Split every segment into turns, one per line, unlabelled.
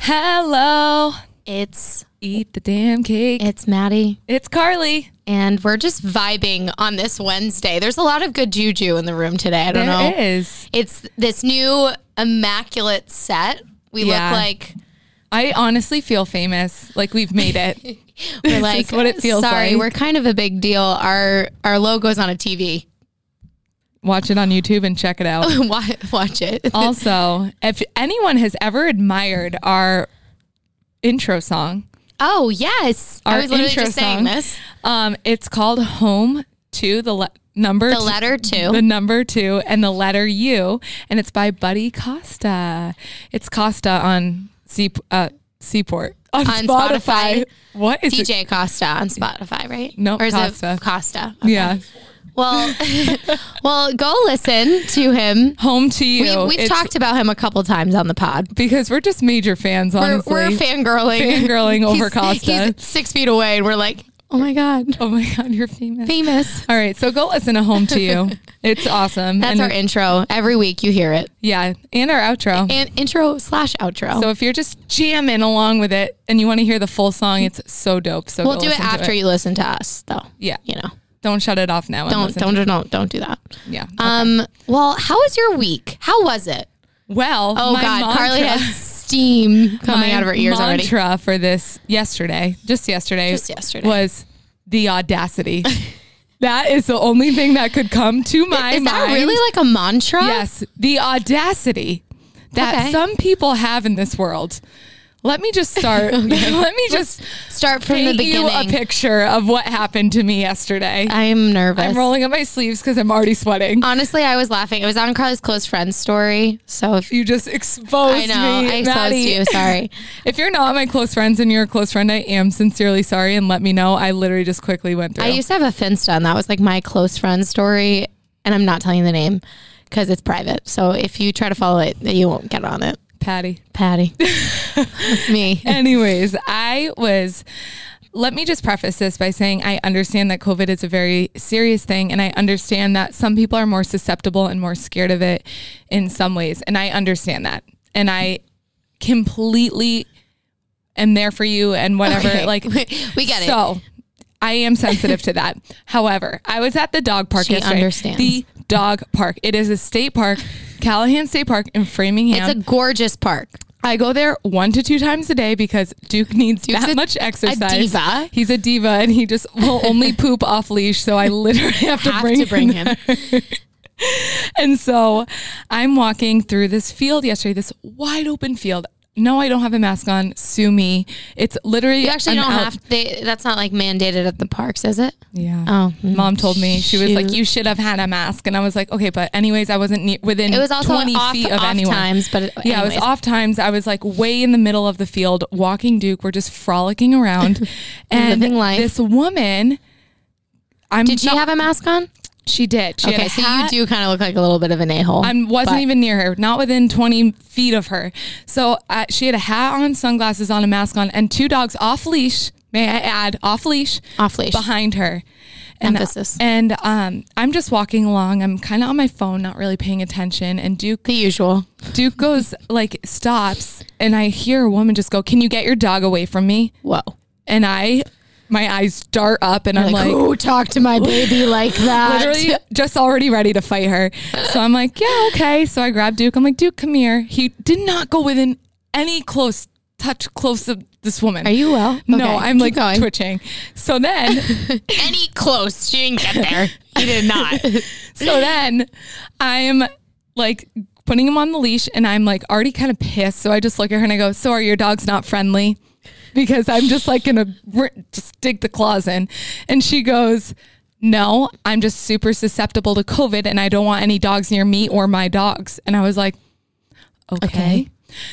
Hello.
It's
Eat the damn cake.
it's Maddie,
It's Carly.
and we're just vibing on this Wednesday. There's a lot of good juju in the room today. I don't know.
There is.
It's this new immaculate set. We
Yeah.
look like
I honestly feel famous. Like we've made it.
we're
is
like
what it feels
Sorry,
like.
we're kind of a big deal. Our our logo's on a TV.
Watch it on YouTube and check it out.
Wa- Watch it.
Oh. Also, if anyone has ever admired our intro song,
Oh yes,
Our
I was literally
intro
just
song.
saying this.
um, it's called Home to the le- number
The letter
the
two.
number two and the letter U, and it's by Buddy Costa. It's Costa on C- uh, Seaport on,
On
Spotify.
Spotify.
What is it?
DJ Costa on Spotify, right?
Nope,
or is
Costa.
it Costa? Okay.
Yeah,
Well, well, go listen to him.
Home to You.
We, we've
It's-
talked about him a couple times on the pod.
because we're just major fans.
We're,
Honestly,
we're fangirling.
Fangirling over Costa.
He's six feet away, and we're like, oh my God,
oh my god, you're famous.
famous.
All right, so go listen to Home to You. It's awesome. and
That's our intro. Every week you hear it.
yeah, and our outro.
And intro slash outro.
so if you're just jamming along with it and you want to hear the full song, it's so dope. So
we'll
go
do it
listen to
after you listen to us, though.
Yeah.
You know,
Don't shut it off now. and
don't,
listen.
don't, don't, don't do that.
Yeah.
Um. Well, how was your week? How was it?
Well,
Oh
my
God,
mantra-
Carly has steam coming
my
out of her ears already.
mantra for this yesterday, just yesterday,
Just yesterday.
was the audacity. that is the only thing that could come to my
Is that
mind.
really like a mantra?
Yes, the audacity that
Okay.
some people have in this world. Let me just start. Let me just
Start from the
paint you a
beginning.
picture of what happened to me yesterday.
I'm nervous.
I'm rolling up my sleeves because I'm already sweating.
Honestly, I was laughing. It was on Carly's close friend's story. So if
You just exposed
I know,
me,
I exposed
Maddie.
you. Sorry.
If you're not my close friends and you're a close friend, I am sincerely sorry and let me know. I literally just quickly went through.
I used to have a Finsta, and that was like my close friend's story. And I'm not telling you the name because it's private. So if you try to follow it, you won't get on it.
Patty.
Patty, it's me.
Anyways, I was. Let me just preface this by saying I understand that COVID is a very serious thing, and I understand that some people are more susceptible and more scared of it in some ways. And I understand that. And I completely am there for you and whatever.
Okay.
Like,
we get it.
So I am sensitive to that. However, I was at the dog park
She
yesterday.
understands.
The dog park. It is a state park, Callahan State Park in Framingham.
It's a gorgeous park.
I go there one to two times a day because Duke needs
Duke's
that
a-
much
a
exercise.
diva.
He's a diva and he just will only poop off leash. So I literally have to
Have
bring,
to bring
him.
him.
And so I'm walking through this field yesterday, this wide open field. No, I don't have a mask on. Sue me. It's literally
You actually
I'm
don't
out-
have. They, that's not like mandated at the parks, is it?
Yeah.
Oh, mm,
Mom told me she was like,
shoot.
"You should have had a mask," and I was like, "Okay," but anyways, I wasn't ne- within.
It was also
Mm, twenty
off-
feet of
off
anyone.
times, but it-
yeah, it was
anyways.
off times. I was like way in the middle of the field, walking Duke. We're just frolicking around, and
Living life.
This woman, I'm
Did she
not-
have a mask on?
She did. She had
Okay,
a
so
hat.
you do kind of look like a little bit of an a hole.
I wasn't even near her, not within 20 feet of her. So uh, she had a hat on, sunglasses on, a mask on, and two dogs off leash. May I add, off leash,
Off leash.
behind her. And, uh,
Emphasis.
And um, I'm just walking along. I'm kind of on my phone, not really paying attention. And Duke
the usual.
Duke goes like stops, and I hear a woman just go, "Can you get your dog away from me?"
Whoa.
And I, my eyes dart up, and I'm
like,
like,
who talked to my baby like that?
literally just already ready to fight her. So I'm like, yeah, okay. So I grab Duke. I'm like, Duke, come here. He did not go within any close touch, close of this woman.
Are you well? Okay,
No, I'm
keep
like
going.
twitching. So then,
any close. She didn't get there. He did not.
so then, I'm like putting him on the leash, and I'm like already kind of pissed. So I just look at her and I go, "So are your dogs not friendly?" Because I'm just like gonna r- just dig the claws in, and she goes. No, I'm just super susceptible to COVID and I don't want any dogs near me or my dogs. And I was like, okay.
Okay.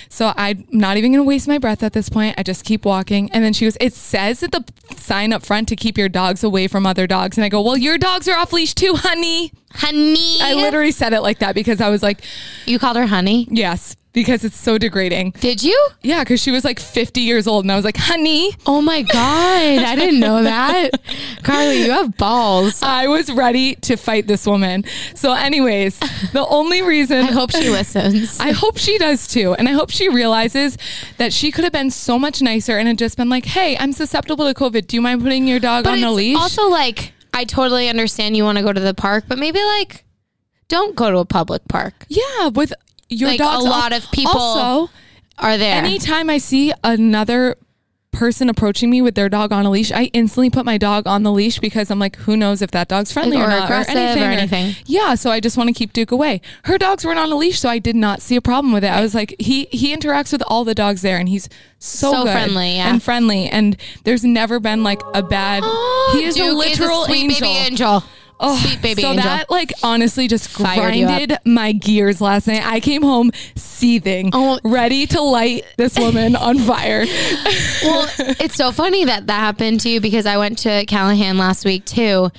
So I'm not even going to waste my breath at this point. I just keep walking. And then she goes, It says at the sign up front to keep your dogs away from other dogs. And I go, Well, your dogs are off leash too, honey.
honey.
I literally said it like that because I was like,
you called her honey.
Yes, because it's so degrading.
Did you?
Yeah, because she was like 50 years old. And I was like, Honey,
Oh my god, I didn't know that. Carly, you have balls.
I was ready to fight this woman. So, anyways, the only reason
I hope she listens.
I hope she does too. And I hope she realizes that she could have been so much nicer and had just been like, hey, I'm susceptible to COVID. Do you mind putting your dog
But
on a
it's
leash?
also like I totally understand you want to go to the park, but maybe like don't go to a public park.
yeah, with your
Like,
dog.
a lot of people
Also,
Are there?
anytime I see another person approaching me with their dog on a leash, I instantly put my dog on the leash because I'm like, who knows if that dog's friendly
Like,
or,
or
not
aggressive or anything.
Yeah, so I just want to keep Duke away. Her dogs weren't on a leash, so I did not see a problem with it. I was like, he he interacts with all the dogs there, and he's so,
So
good
friendly, yeah.
and friendly, and there's never been like a bad. he is a
Oh, Duke
literal
sweet
angel.
baby angel. Oh, sweet baby
so
angel.
that like honestly just
Fired you up.
grinded my gears last night. I came home seething,
Oh.
ready to light this woman on fire.
well, it's so funny that that happened to you because I went to Callahan last week too,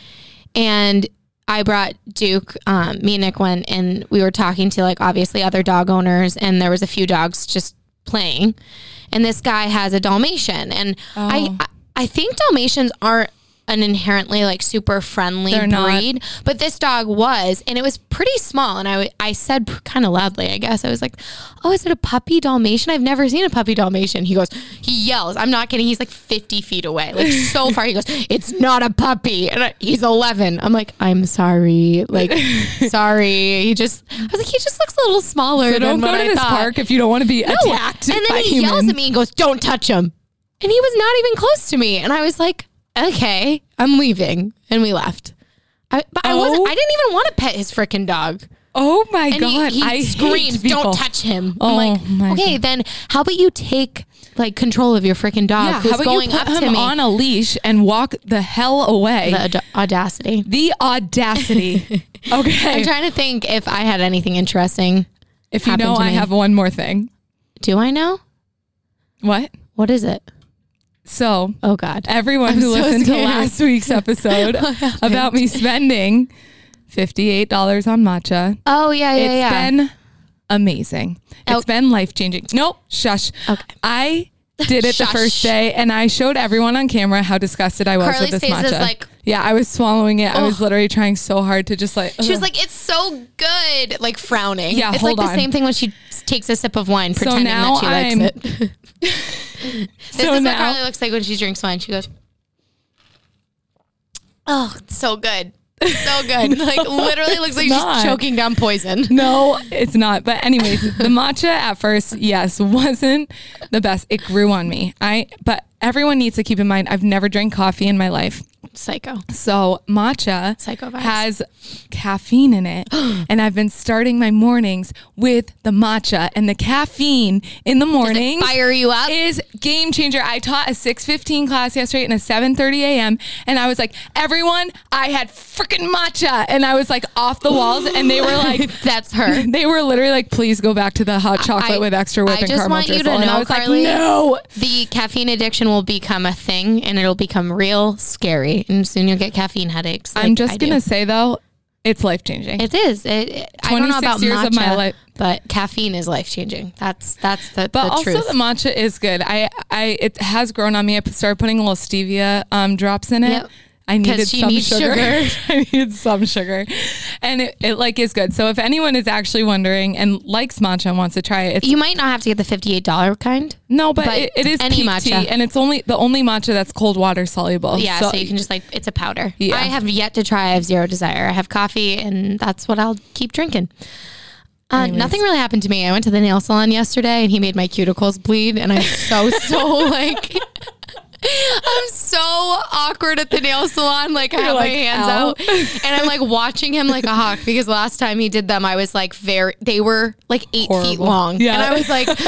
and I brought Duke. Um, me and Nick went, and we were talking to like obviously other dog owners, and there was a few dogs just playing, and this guy has a Dalmatian, and
Oh.
I, I I think Dalmatians aren't an inherently like super friendly
They're not.
breed, but this dog was, and it was pretty small. And I, w- I said kind of loudly, I guess. I was like, "Oh, is it a puppy Dalmatian? I've never seen a puppy Dalmatian." He goes, he yells. I'm not kidding. He's like 50 feet away, like so far. He goes, "It's not a puppy," and I, he's 11. I'm like, "I'm sorry, like, sorry." He just, I was like, he just looks a little smaller
So
than
don't go
what
to
I
this
thought.
park if you don't want to be
No.
attacked.
And then
by
he yells
humans.
at me and goes, "Don't touch him!" And he was not even close to me. And I was like, "Okay, I'm leaving," and we left. I, but I wasn't.
Oh.
I didn't even want to pet his freaking dog.
Oh my
And he-
god!
he,
I hate
screams,
people.
"Don't touch him!"
Oh,
I'm
my
like, "Okay, then how about you take like control of your freaking dog
Yeah,
who's
how about
going
you put
up
him
to me?"
on a leash and walk the hell away?
the aud- audacity.
the audacity. okay.
I'm trying to think if I had anything interesting.
if you
happened
know,
to
I
me.
have one more thing.
Do I know
What?
what is it?
So
Oh God!
everyone who
so
listened to
scared.
last week's episode about me spending $58 on matcha.
Oh yeah, yeah,
It's
yeah.
been amazing.
Oh.
It's been life changing. Nope, shush.
Okay.
I did it the
Shush.
first day and I showed everyone on camera how disgusted I was
Carly's
with this
face
matcha.
is like-
yeah, I was swallowing it. I was literally trying so hard to just like
She was like, "It's so good," like frowning.
Yeah,
it's
hold
like
on.
the same thing when she s- takes a sip of wine, pretending
now
that she likes
I'm-
it. this
So
is
now-
what Carly looks like when she drinks wine. She goes, "Oh, it's so good, so good!" like literally looks like
not.
she's choking down poison.
No, it's not. But anyways, the matcha at first, yes, wasn't the best. It grew on me. I but everyone needs to keep in mind I've never drank coffee in my life.
Psycho.
So matcha
Psycho vibes.
has caffeine in it, and I've been starting my mornings with the matcha and the caffeine in the morning.
Fire you up.
Is game changer. I taught a 6:15 class yesterday and a 7:30 a.m. and I was like, everyone, I had freaking matcha, and I was like off the walls, and they were like,
That's her.
they were literally like, please go back to the hot chocolate
I-
with extra
I
whip and
just
caramel
want you to
drizzle. and I
know,
was
Carly,
like, no.
The caffeine addiction will become a thing, and it'll become real scary, and soon you'll get caffeine headaches.
I'm
like
just
I do.
gonna say though, it's life changing.
It is. It, it, I don't know
26
about
years
matcha,
of my life.
but caffeine is life changing. That's that's the,
But
the
also
truth.
the matcha is good. I, I it has grown on me. I started putting little stevia um, drops in it.
Yep.
I
'Cause
needed
she
some
needs
sugar.
sugar.
I needed some sugar, and it, it like is good. So if anyone is actually wondering and likes matcha and wants to try it, it's
you might not have to get the fifty eight dollar kind.
no, but,
but
it, it is
any
peak
matcha.
tea, and it's only the only matcha that's cold water soluble.
Yeah, so, you can just like it's a powder.
Yeah.
I have yet to try. I have zero desire. I have coffee, and that's what I'll keep drinking. Uh, nothing really happened to me. I went to the nail salon yesterday, and he made my cuticles bleed, and I'm so so like. I'm so awkward at the nail salon. Like I have my
like,
hands
"Ow."
out, and I'm like watching him like a hawk because last time he did them, I was like very. They were like eight feet
Horrible.
long,
Yeah.
and I was like, and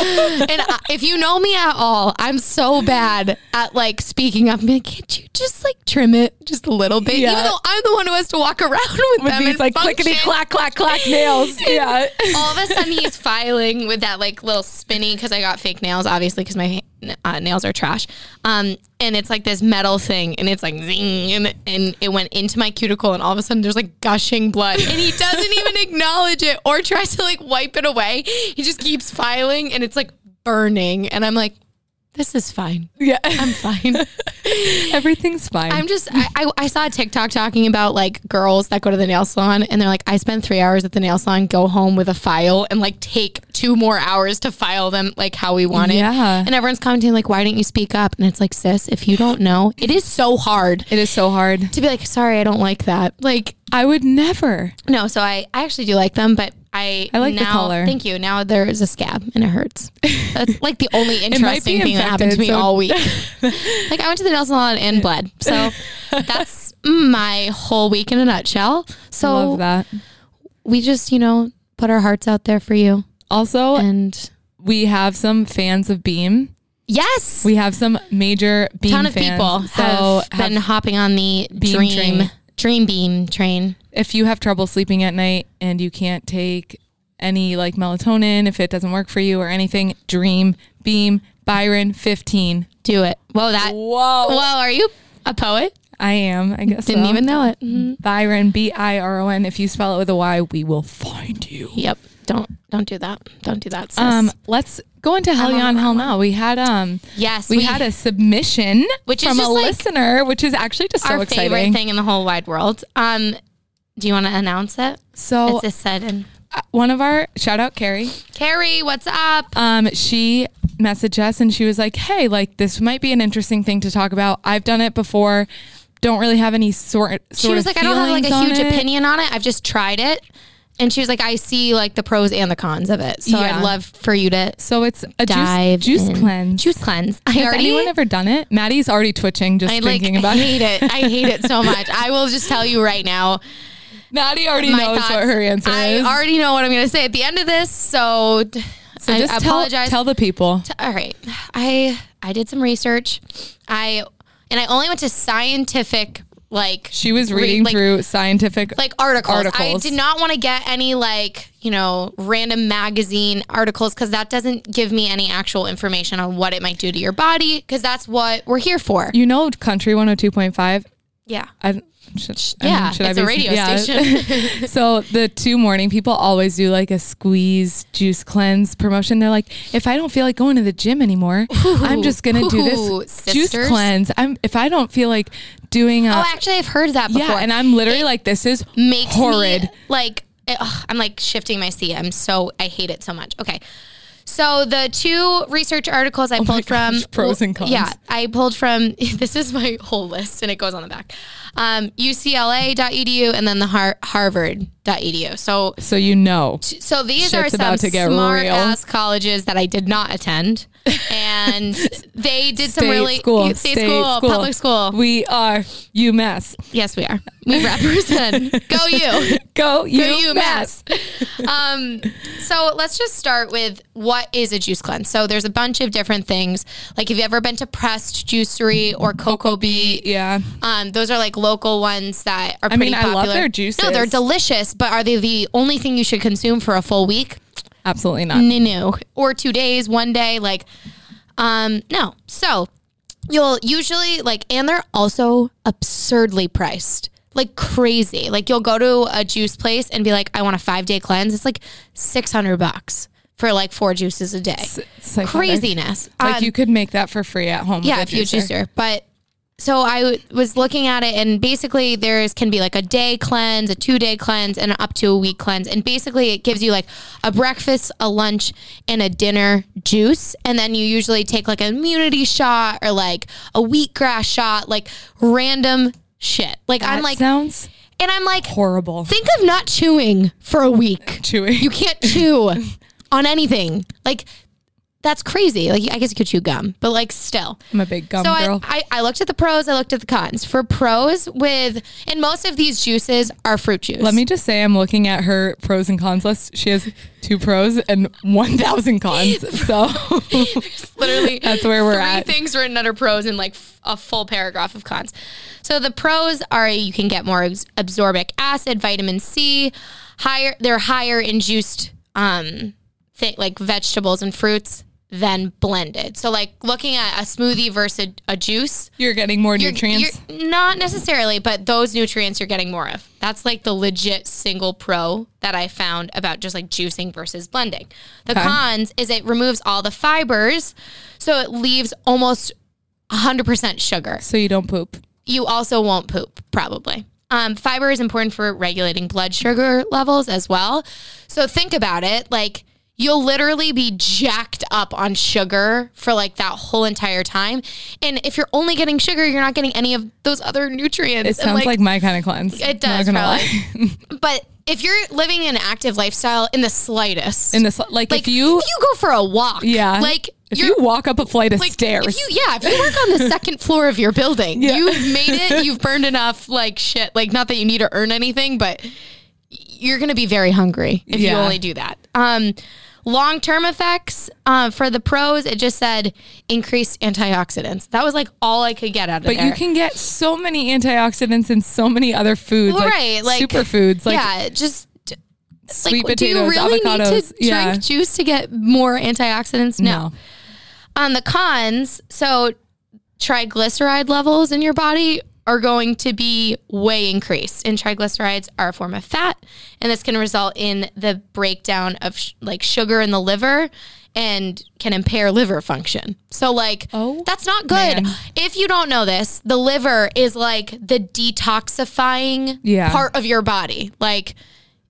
I, if you know me at all, I'm so bad at like speaking up. I'm like, can't you just like trim it just a little bit?
Yeah.
Even though I'm the one who has to walk around with,
with
them
these
and
like
function.
clickety clack clack clack nails. Yeah.
All of a sudden, he's filing with that like little spinny because I got fake nails, obviously, because my uh, nails are trash. Um, and it's like this metal thing, and it's like zing, and, and it went into my cuticle, and all of a sudden, there's like gushing blood, and he doesn't even acknowledge it or tries to like wipe it away. He just keeps filing, and it's like burning, and I'm like. this is fine.
Yeah.
I'm fine.
Everything's fine.
I'm just, I, I, I saw a TikTok talking about like girls that go to the nail salon and they're like, I spend three hours at the nail salon, go home with a file and like take two more hours to file them like how we want it.
Yeah.
And everyone's commenting like, why didn't you speak up? And it's like, sis, if you don't know, it is so hard
it is so hard.
to be like, sorry, I don't like that. Like,
I would never.
no, so I, I actually do like them, but I,
I like the
now,
color.
Thank you. Now there is a scab and it hurts. That's like the only
might be
interesting thing that happened to me
infected, so-
all week. like I went to the nail salon and bled. So that's my whole week in a nutshell.
Love
So
that.
we just, you know, put our hearts out there for you.
Also,
And
we have some fans of Beam.
yes,
We have some major
a
Beam
ton of
fans.
people
So
have, been hopping on the dream,
train.
dream beam train.
if you have trouble sleeping at night and you can't take any like melatonin, if it doesn't work for you or anything, Dream Beam Byron 15.
Do it. Whoa, that. Whoa, are you a poet?
I am. I guess
Didn't
so.
even know it.
Byron B I R O N. If you spell it with a Y, we will find you.
Yep. Don't don't do that. Don't do that. Sis.
Um, let's go into Hell
I'm on
Yeah and
the
Hell
wrong
No. We had um,
yes,
we, had a submission
Which is
from a
just, like,
listener, which is actually just so
our
exciting.
favorite thing in the whole wide world. Um, do you want to announce it?
So
it's a sudden.
uh, one of our shout out Carrie.
Carrie, what's up?
um, she messaged us and she was like, "Hey, like this might be an interesting thing to talk about. I've done it before. Don't really have any sort." sort
She
of
was like, I don't have like a
feelings
huge
on it."
opinion on it. I've just tried it, and she was like, I see like the pros and the cons of it. So
Yeah.
I'd love for you to
So it's a
dive
juice,
in.
juice cleanse.
Juice cleanse. I
Has
already.
anyone ever done it? Maddie's already twitching just
I like
thinking about it.
hate it. I hate it so much. I will just tell you right now.
Maddie already
my
knows
thoughts.
what her answer
I
is.
already know what I'm going to say at the end of this, so, d-
so
I
just tell-
apologize.
Tell, the people.
all right, I I did some research, I and I only went to scientific like
She was
re-
reading
like,
through scientific.
like articles. I
articles.
did not want to get any like you know random magazine articles because that doesn't give me any actual information on what it might do to your body because that's what we're here for.
you know, Country one hundred two point five.
yeah.
I should, I mean,
Yeah,
should I
it's
be-
a radio
yeah.
station.
so the two morning people always do like a squeeze juice cleanse promotion. They're like, if I don't feel like going to the gym anymore, I'm just gonna do
Ooh,
this juice
sisters.
cleanse. I'm if I don't feel like doing a
oh, actually, I've heard that before.
yeah, and I'm literally like, this is
makes
horrid.
me like it- ugh, I'm like shifting my seat. I'm so I hate it so much. Okay. So the two research articles I pulled
Oh gosh,
from
pros and cons.
Yeah, I pulled from this is my whole list and it goes on the back. Um, UCLA.edu E and then the har- Harvard.edu. So
so you know,
so these
Shit's
are some
about to get
smart
real.
ass colleges that I did not attend, and they did some
state
really
school,
state school, public school.
We are UMass.
yes, we are. We represent. Go you.
Go
you,
UMass.
um, so let's just start with what is a juice cleanse. So there's a bunch of different things. Like have you ever been to Pressed Juicery or Cocoa Beat?
Yeah,
Um, those are like local ones that are. Pretty
mean, I love their
popular. No, they're
juices.
delicious, but are they the only thing you should consume for a full week?
absolutely not.
No, no, or two days, one day, like, um, no. So you'll usually like, and they're also absurdly priced, like crazy. Like you'll go to a juice place and be like, I want a five day cleanse. It's like six hundred bucks for like four juices a day.
It's like-
Craziness.
Like
Um,
you could make that for free at home.
yeah,
with
if
a
you
juicer.
juicer. But so I w- was looking at it, and basically there's can be like a day cleanse, a two day cleanse, and up to a week cleanse. And basically it gives you like a breakfast, a lunch, and a dinner juice, and then you usually take like an immunity shot or like a wheatgrass shot, like random shit. Like I'm
That
like,
sounds
and I'm like,
horrible.
think of not chewing for a week.
Chewy.
You can't chew on anything. Like that's crazy. Like I guess you could chew gum, but like still.
I'm a big gum
So I,
girl.
I, I looked at the pros, I looked at the cons. For pros with and most of these juices are fruit juice.
Let me just say, I'm looking at her pros and cons list. She has two pros and 1,000 cons. So
literally
That's where we're
three
at.
things written under pros and like f- a full paragraph of cons. So the pros are you can get more abs- absorbic acid, vitamin C, higher they're higher in juiced um thi- like vegetables and fruits. than blended. So, like looking at a smoothie versus a juice,
You're getting more
you're-
nutrients.
you're- not necessarily, but those nutrients you're getting more of. That's like the legit single pro that I found about just like juicing versus blending. The
Okay.
cons is it removes all the fibers, so it leaves almost 100% sugar
so you don't poop.
you also won't poop probably. Um, fiber is important for regulating blood sugar levels as well. So think about it, like you'll literally be jacked up on sugar for like that whole entire time. And if you're only getting sugar, you're not getting any of those other nutrients.
It
And,
sounds like, my kind of cleanse.
It does,
Not gonna
probably.
lie.
but if you're living an active lifestyle in the slightest,
In this, like,
like
if you,
go for a walk,
yeah,
like
if
you're
you walk up a flight of
like,
stairs,
If you, yeah, if you work on the second floor of your building,
Yeah.
you've made it. You've burned enough like shit. Like not that you need to earn anything, but you're gonna be very hungry if you
Yeah.
only do that. Um, long term effects uh, for the pros. It just said increased antioxidants. That was like all I could get out of
but
there.
you can get so many antioxidants and so many other foods,
Well,
like,
right, like
superfoods, like
yeah, just. d-
sweet
do you
potatoes,
really need
avocados.
to
Yeah.
drink juice to get more antioxidants? no.
no,
on the cons, so triglyceride levels in your body are going to be way increased. And triglycerides are a form of fat, and this can result in the breakdown of sh- like sugar in the liver and can impair liver function. So like
Oh,
that's not good.
man.
If you don't know this, the liver is like the detoxifying
Yeah.
part of your body. Like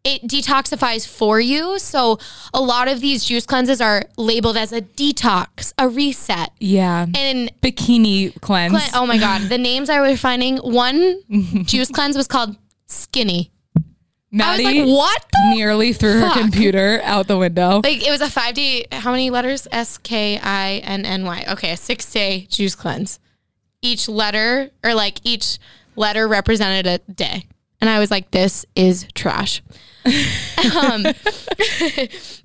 it detoxifies for you. So a lot of these juice cleanses are labeled as a detox, a reset.
yeah,
And
bikini cleanse.
but, oh my god, the names I was finding, one juice cleanse was called skinny. I was
Maddie
like, what the
nearly threw
fuck?
her computer out the window.
like it was a five day how many letters? S K I N N Y. Okay, a six day juice cleanse. Each letter or like each letter represented a day. And I was like, this is trash. um,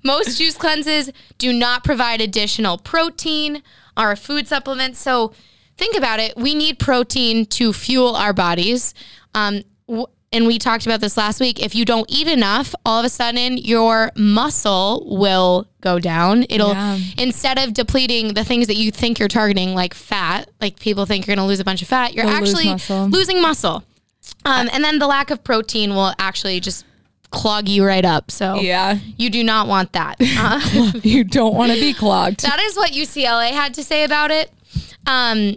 most juice cleanses do not provide additional protein or food supplements. So think about it. We need protein to fuel our bodies. Um, w- and we talked about this last week. If you don't eat enough, all of a sudden your muscle will go down. It'll
Yeah.
instead of depleting the things that you think you're targeting, like fat, like people think you're going to lose a bunch of fat, you're
They'll lose
actually
muscle.
losing muscle. Um, and then the lack of protein will actually just clog you right up. So
yeah,
you do not want that.
Uh-huh.
Uh,
you don't want to be clogged.
that is what UCLA had to say about it. Um,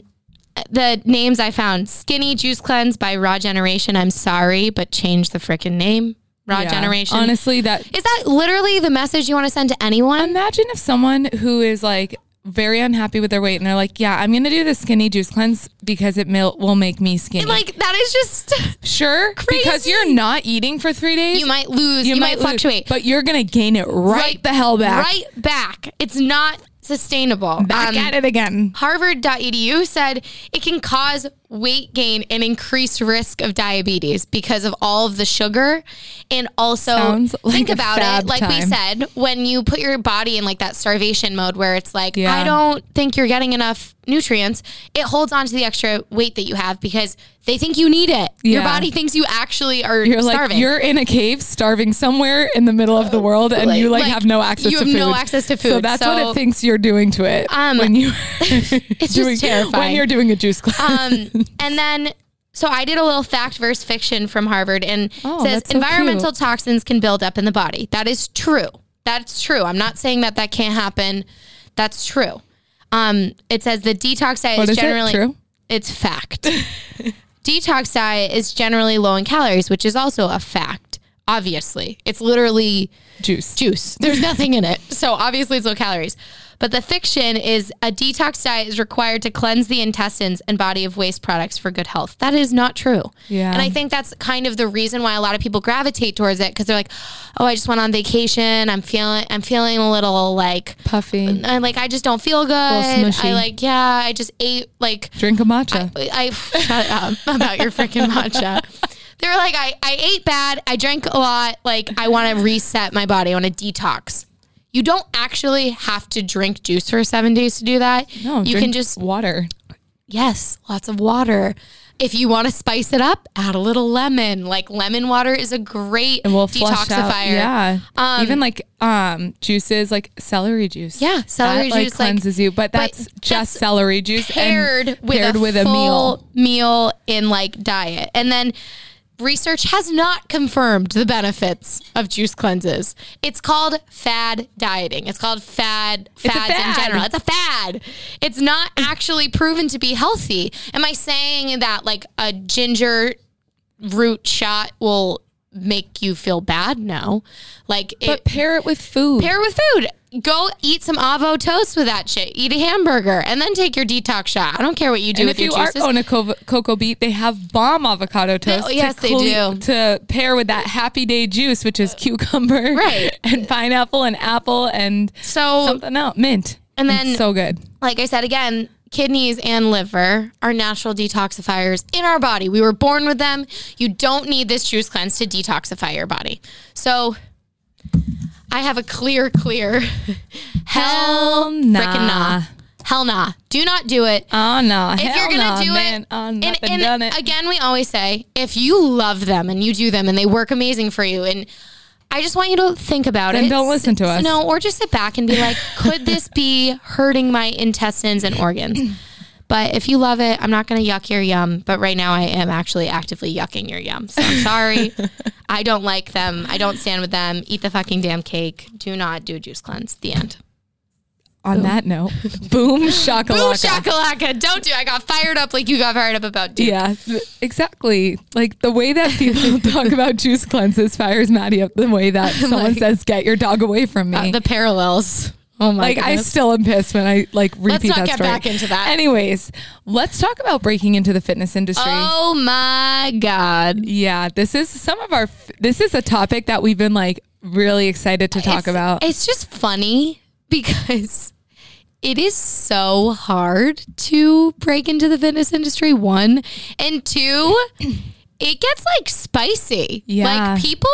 the names I found Skinny Juice Cleanse by Raw Generation. I'm sorry, but change the frickin' name. Raw
Yeah.
Generation.
Honestly, that
Is that literally the message you want to send to anyone?
Imagine if someone who is like very unhappy with their weight and they're like, "Yeah, I'm going to do the skinny juice cleanse because it mil- will make me skinny."
Like, that is just,
sure, because
crazy.
you're not eating for three days,
you might lose, you, might,
lose,
fluctuate.
but you're going to gain it right, the hell back,
Right back. It's not sustainable.
back
Um,
at it again.
Harvard.edu said it can cause weight gain and increased risk of diabetes because of all of the sugar. And also,
Sounds like
think
a
about it.
fab
Like we
time.
said, when you put your body in like that starvation mode where it's like,
Yeah.
I don't think you're getting enough nutrients, it holds on to the extra weight that you have because they think you need it. Your
Yeah.
body thinks you actually are
You're like
starving.
you're in a cave, starving somewhere in the middle of the world, and you like,
like,
have no access.
you
to
have
food.
no access to
So
food,
that's
so-
what it thinks you're doing to it
Um,
when you.
it's
doing,
just terrifying.
when you're doing a juice cleanse.
Um, and then, so I did a little fact versus fiction from Harvard, and it
Oh,
says
that's so
environmental toxins can build up in the body. That is true. That's true. I'm not saying that that can't happen. That's true. Um, it says the detox diet
What
is
is it?
generally
True?
It's fact. detox diet is generally low in calories, which is also a fact. Obviously, it's literally
juice.
juice. There's nothing in it. So obviously it's low calories. But the fiction is a detox diet is required to cleanse the intestines and body of waste products for good health. That is not true.
Yeah.
And I think that's kind of the reason why a lot of people gravitate towards it because they're like, oh, I just went on vacation. I'm feeling I'm feeling a little like
Puffy.
I like I just don't feel good. I
smushy.
like, yeah, I just ate like
Drink a matcha.
I shut up about your freaking matcha. They were like, I, I ate bad, I drank a lot, like I want to reset my body, I want to detox. You don't actually have to drink juice for seven days to do that.
no,
you
drink
can just
water.
Yes, lots of water. If you want to spice it up, add a little lemon. Like lemon water is a great
It will flush
detoxifier.
out. Yeah.
Um,
Even like um juices, like celery juice.
Yeah, celery
that, like,
juice, like-
cleanses you, but
but
that's
that's
just celery juice and
paired with
paired
a
with a meal.
full meal in like diet. And then research has not confirmed the benefits of juice cleanses. It's called fad dieting. It's called fad
a
fads in
fad.
general. It's a fad. It's not actually proven to be healthy. Am I saying that like a ginger root shot will make you feel bad? No. Like it,
But pair it with food.
pair it with food. Go eat some avocado toast with that shit. Eat a hamburger and then take your detox shot. I don't care what you do
and
with
if you
your
are
juices.
on a co- cocoa beet, they have bomb avocado toast. to
yes, they do.
To pair with that happy day juice, which is cucumber,
right.
and pineapple and apple and
so,
something else, mint.
And
It's
then-
so good.
like I said again, kidneys and liver are natural detoxifiers in our body. We were born with them. You don't need this juice cleanse to detoxify your body. So, I have a clear, clear
Hell
hell, frickin'
nah.
nah. Hell nah. Do not do it.
Oh no!
if you're gonna do it,
oh,
and-
nothing
and
done it.
again, we always say if you love them and you do them and they work amazing for you, and I just want you to think about
Then
it.
don't listen to
S-
us.
No, or just sit back and be like, could this be hurting my intestines and organs? But if you love it, I'm not going to yuck your yum. But right now, I am actually actively yucking your yum. So I'm sorry. I don't like them. I don't stand with them. Eat the fucking damn cake. Do not do a juice cleanse. The end.
On that note, boom shakalaka.
Boom shakalaka. Don't do. I got fired up like you got fired up about Duke.
Yeah, th- exactly. Like the way that people talk about juice cleanses fires Maddie up the way that someone says, "Get your dog away from me."
uh, the parallels. Oh my
like I still am pissed when I like repeat
not
that
get
story.
back into that.
Anyways, let's talk about breaking into the fitness industry.
oh my god.
Yeah, this is some of our. f- This is a topic that we've been like really excited to talk
It's-
about.
It's just funny because it is so hard to break into the fitness industry one and two it gets like spicy.
Yeah.
Like people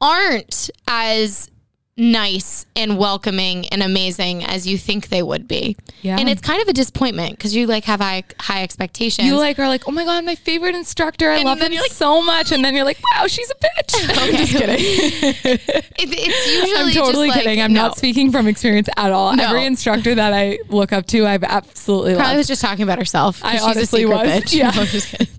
aren't as nice and welcoming and amazing as you think they would be.
Yeah.
And it's kind of a disappointment because you like have high, high expectations.
you like are like, oh my god, my favorite instructor. I love
then
him
you're like-
so much, and then you're like, wow, she's a bitch. I'm just kidding.
It- it's usually
I'm totally
just like,
kidding. I'm
no.
not speaking from experience at all.
No.
Every instructor that I look up to, I've absolutely
Probably
loved.
was just talking about herself. 'cause
I
she's
honestly
a secret
was.
Bitch.
Yeah.
No, I'm just kidding.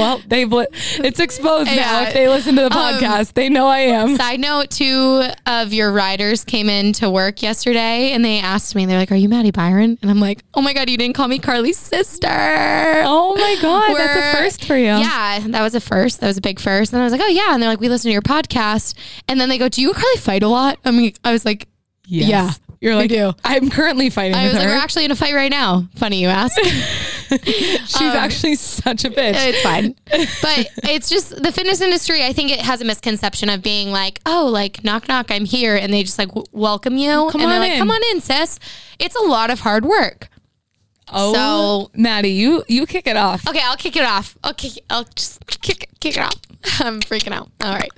Well, they've li- it's exposed now.
Yeah.
If they listen to the
Um,
podcast, they know I am.
Side note: Two of your riders came in to work yesterday, and they asked me, "They're like, are you Maddie Byron?" And I'm like, "Oh my god, you didn't call me Carly's sister."
Oh my god, that's
We're-
a first for you.
Yeah, that was a first. That was a big first. And I was like, oh yeah. And they're like, we listen to your podcast. And then they go, do you and Carly fight a lot? I mean, I was like,
Yes.
Yeah,
You're
we
like,
do.
I'm currently fighting
I
with
was like,
her.
we're actually in a fight right now. Funny you ask.
She's actually such a bitch.
um, it's fine. But it's just the fitness industry. I think it has a misconception of being like, oh, like knock knock, I'm here, and they just like w- welcome you,
Come
and they're
on
like,
in.
come on in, sis. It's a lot of hard work.
oh,
so-
Maddie, you you kick it off.
Okay, I'll kick it off. I'll kick. I'll just kick kick it off. I'm freaking out. All right.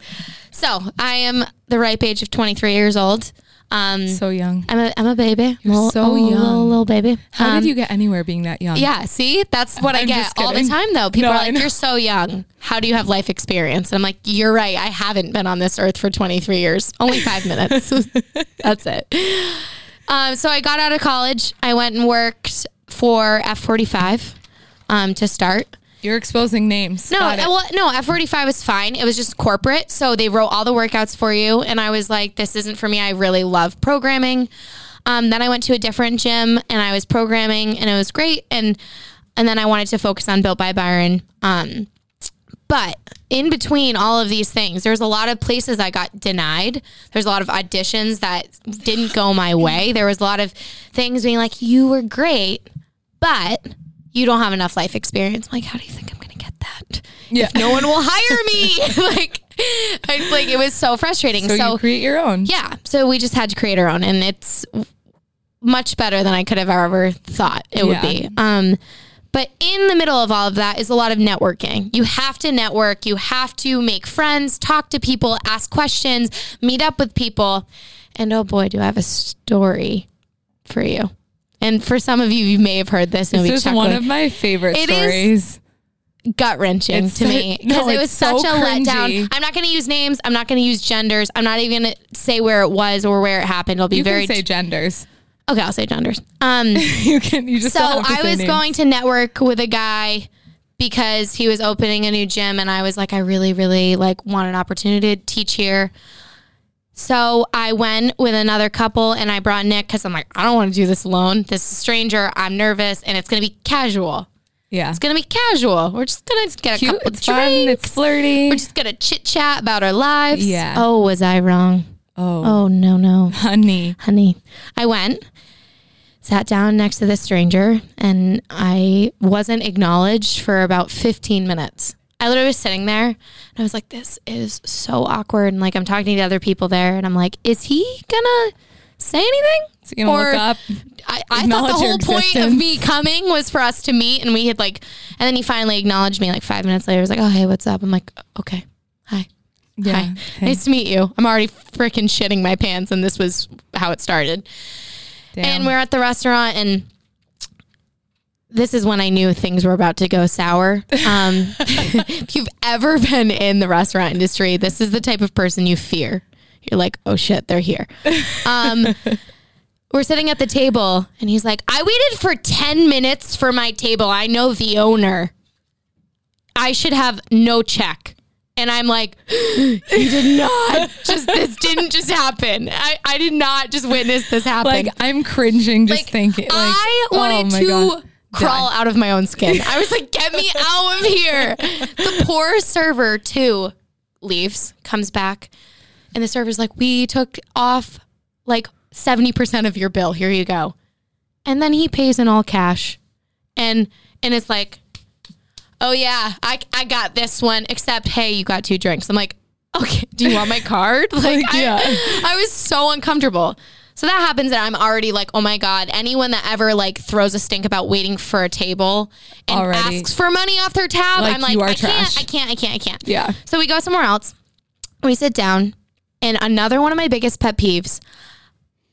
So I am the ripe age of 23 years old. Um,
So young.
I'm a I'm a baby. I'm a,
so
I'm a little,
young.
little baby.
How
Um,
did you get anywhere being that young?
Yeah, see, that's what I
I'm
get
just
all the
kidding.
time, though. People
No,
are
I
like,
know.
"You're so young. How do you have life experience?" And I'm like, "You're right. I haven't been on this earth for 23 years. Only five minutes. that's it." Um, so I got out of college. I went and worked for F45 um, to start.
You're exposing names.
No,
Got it.
well, no, F forty five was fine. It was just corporate, so they wrote all the workouts for you, and I was like, this isn't for me. I really love programming. Um, then I went to a different gym, and I was programming, and it was great. And and then I wanted to focus on Built by Byron. Um, but in between all of these things, there's a lot of places I got denied. There's a lot of auditions that didn't go my way. There was a lot of things being like, you were great, but you don't have enough life experience. I'm like, how do you think I'm going to get that?
yeah.
no one will hire me. like, I, like it was so frustrating.
so,
So,
you create your own.
yeah, so we just had to create our own, and it's much better than I could have ever thought it would
Yeah.
be. Um, but in the middle of all of that is a lot of networking. You have to network. You have to make friends, talk to people, ask questions, meet up with people, and oh boy, do I have a story for you. And for some of you, you may have heard this. and
This
you'll be
is
chuckling.
one of my favorite
It is-
stories.
gut wrenching
It's
to
so-
me
no,
because it
it's
was
so
such a letdown.
cringy.
I'm not going to use names. I'm not going to use genders. I'm not even going to say where it was or where it happened. It'll be
You
very
can say genders.
okay. I'll say genders. Um,
You can. You just.
so
don't have to
I
say
was
names.
going to network with a guy because he was opening a new gym, and I was like, I really, really like want an opportunity to teach here. So I went with another couple, and I brought Nick because I'm like, I don't want to do this alone. This is a stranger. I'm nervous, and it's going to be casual.
Yeah.
It's going to be casual. We're just going to get a
Cute.
couple
It's
drinks.
fun. It's flirty.
We're just gonna chit chat about our lives.
Yeah.
Oh, was I wrong?
oh,
Oh no, no,
honey.
honey. I went, sat down next to this stranger, and I wasn't acknowledged for about 15 minutes. I literally was sitting there and I was like, this is so awkward. And like, I'm talking to the other people there, and I'm like, is he gonna say anything?
So you gonna
Or-
look up?
I, I thought the
Acknowledge your
whole point of
existence.
me coming was for us to meet, and we had like, and then he finally acknowledged me like five minutes later. He was like, "Oh, hey, what's up?" I'm like, "Okay, hi,
Yeah.
hi, nice to meet you." I'm already freaking shitting my pants, and this was how it started.
Damn.
And we're at the restaurant, and this is when I knew things were about to go sour. Um, if you've ever been in the restaurant industry, this is the type of person you fear. You're like, oh shit, they're here. Um, we're sitting at the table, and he's like, I waited for 10 minutes for my table. I know the owner. I should have no check. And I'm like, he did not. just this didn't just happen. I, I did not just witness this happen.
like I'm cringing just
Like,
thinking. Like,
I
oh
wanted
my
to
God.
crawl out of my own skin. I was like, get me out of here. The poor server too leaves, comes back, and the server's like, we took off like 70% of your bill. Here you go. And then he pays in all cash. And and it's like, oh yeah, I, I got this one, except hey, you got two drinks. I'm like, okay, do you want my card? Like,
Like, yeah.
I, I was so uncomfortable. So that happens and I'm already like, oh my God, anyone that ever like throws a stink about waiting for a table and
Already.
asks for money off their tab,
Like,
I'm like,
you are
I
trash.
can't, I can't, I can't, I can't.
Yeah.
So we go somewhere else. We sit down. And another one of my biggest pet peeves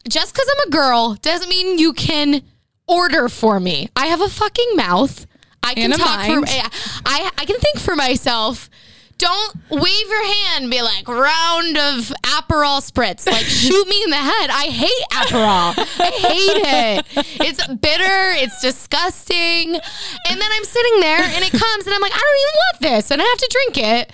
just because I'm a girl doesn't mean you can order for me. I have a fucking mouth. I can
And a
talk
mind.
for yeah, I I can think for myself. Don't wave your hand and be like round of Aperol spritz. Like shoot me in the head. I hate Aperol. I hate it. It's bitter. It's disgusting. And then I'm sitting there and it comes and I'm like, I don't even want this. And I have to drink it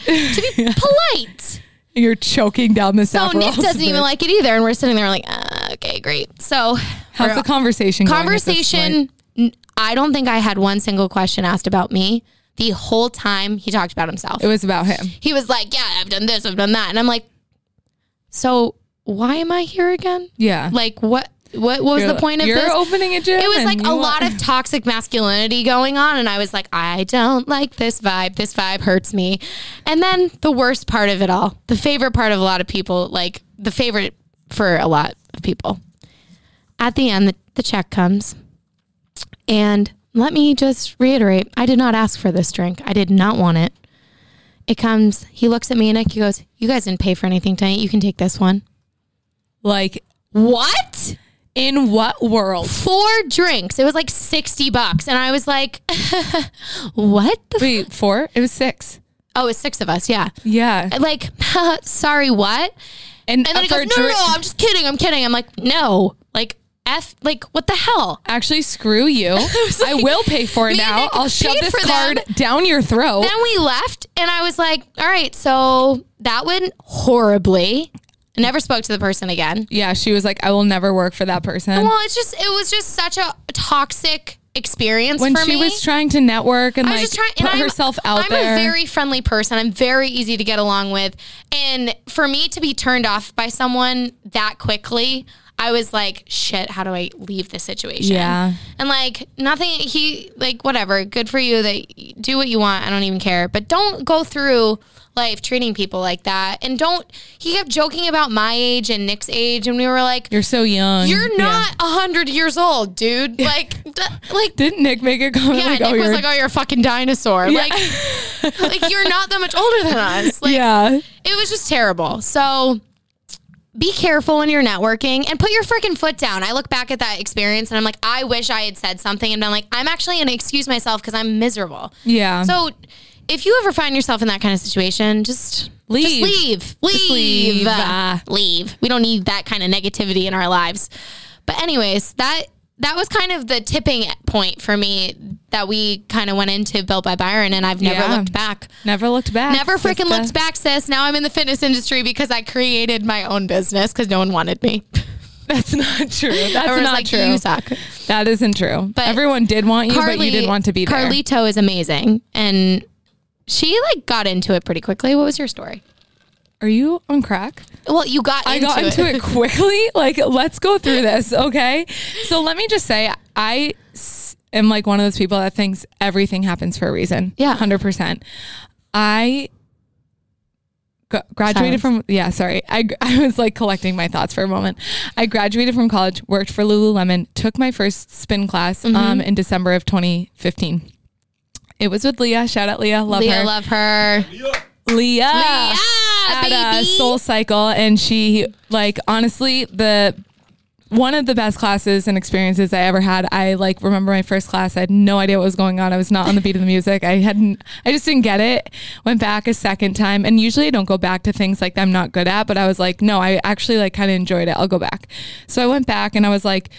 to be polite.
You're choking down this.
Oh, Nick doesn't even like it either. And we're sitting there like, uh, okay, great. So
How's the conversation? going at this point?
conversation, n- I don't think I had one single question asked about me. The whole time he talked about himself.
It was about him.
He was like, yeah, I've done this, I've done that. And I'm like, so why am I here again?
Yeah.
Like what, what, what was the point of
you're
this?
opening a gym.
It was
and
like
you
a
want-
lot of toxic masculinity going on. And I was like, I don't like this vibe. This vibe hurts me. And then the worst part of it all, the favorite part of a lot of people, like the favorite for a lot of people. At the end, the, the check comes. And let me just reiterate I did not ask for this drink, I did not want it. It comes, he looks at me and Nick, he goes, You guys didn't pay for anything tonight. You can take this one.
like
What?
in what world?
four drinks. It was like 60 bucks. And I was like, what the? F-?
Wait, four? It was six.
Oh, it's six of us. Yeah.
Yeah,
Like, sorry, what?
and,
And then
uh,
he
for
goes,
a
no, no,
drink-
no, I'm just kidding. I'm kidding. I'm like, no. Like, F, like, what the hell?
Actually, screw you. I will pay for it
me and
now.
Nick
I'll shove
paid
this
for
card
them.
down your throat.
Then we left and I was like, all right, so that went horribly. I never spoke to the person again.
yeah, she was like, "I will never work for that person."
Well, it's just, it was just such a toxic experience
when
for
she
me.
was trying to network and
I
like
was just trying
put
and I'm-
herself out
I'm
there,
a very friendly person. I'm very easy to get along with. And for me to be turned off by someone that quickly, I was like, shit, how do I leave this situation?
Yeah.
And like nothing he like whatever, good for you that y- do what you want. I don't even care. But don't go through life treating people like that. And don't he kept joking about my age and Nick's age and we were like
you're so young.
you're
Yeah.
not a hundred years old, dude. Like, d- like
Didn't Nick make a comment?
yeah,
like,
Nick
oh,
was
you're-
like, "Oh, you're a fucking dinosaur. Like, oh, like you're not that much older than us." Like,
yeah,
it was just terrible. So be careful when you're networking and put your freaking foot down. I look back at that experience and I'm like, I wish I had said something and been like, I'm actually going to excuse myself because I'm miserable.
Yeah.
So if you ever find yourself in that kind of situation, just
Leave.
Just leave. Leave.
leave.
Uh, leave. We don't need that kind of negativity in our lives. But anyways, that that was kind of the tipping point for me that we kind of went into built by Byron and I've never
Yeah.
looked back.
never looked back.
Never freaking
Siska.
looked back, sis. Now I'm in the fitness industry because I created my own business because no one wanted me.
That's not true. That's
Everyone's
not
like,
true.
You suck.
That isn't true.
But
everyone did want you, but you didn't want to be there.
Carlito is amazing, and she like got into it pretty quickly. What was your story?
Are you on crack?
Well, you got.
I
into
got into it. quickly. Like, let's go through this, okay? So let me just say, I s- am like one of those people that thinks everything happens for a reason.
Yeah.
hundred percent. I gu- graduated
Silence.
from yeah. Sorry, I gr- I was like collecting my thoughts for a moment. I graduated from college, worked for Lululemon, took my first spin class
Mm-hmm.
um, in December of 2015. It was with Leah. Shout out Leah. Love
Leah,
her.
love her.
Leah
Yeah,
at uh,
baby.
Soul Cycle, and she like honestly the one of the best classes and experiences I ever had. I like remember my first class. I had no idea what was going on. I was not on the beat of the music. I hadn't. I just didn't get it. Went back a second time, and usually I don't go back to things like that I'm not good at. But I was like, no, I actually like kind of enjoyed it. I'll go back. So I went back, and I was like,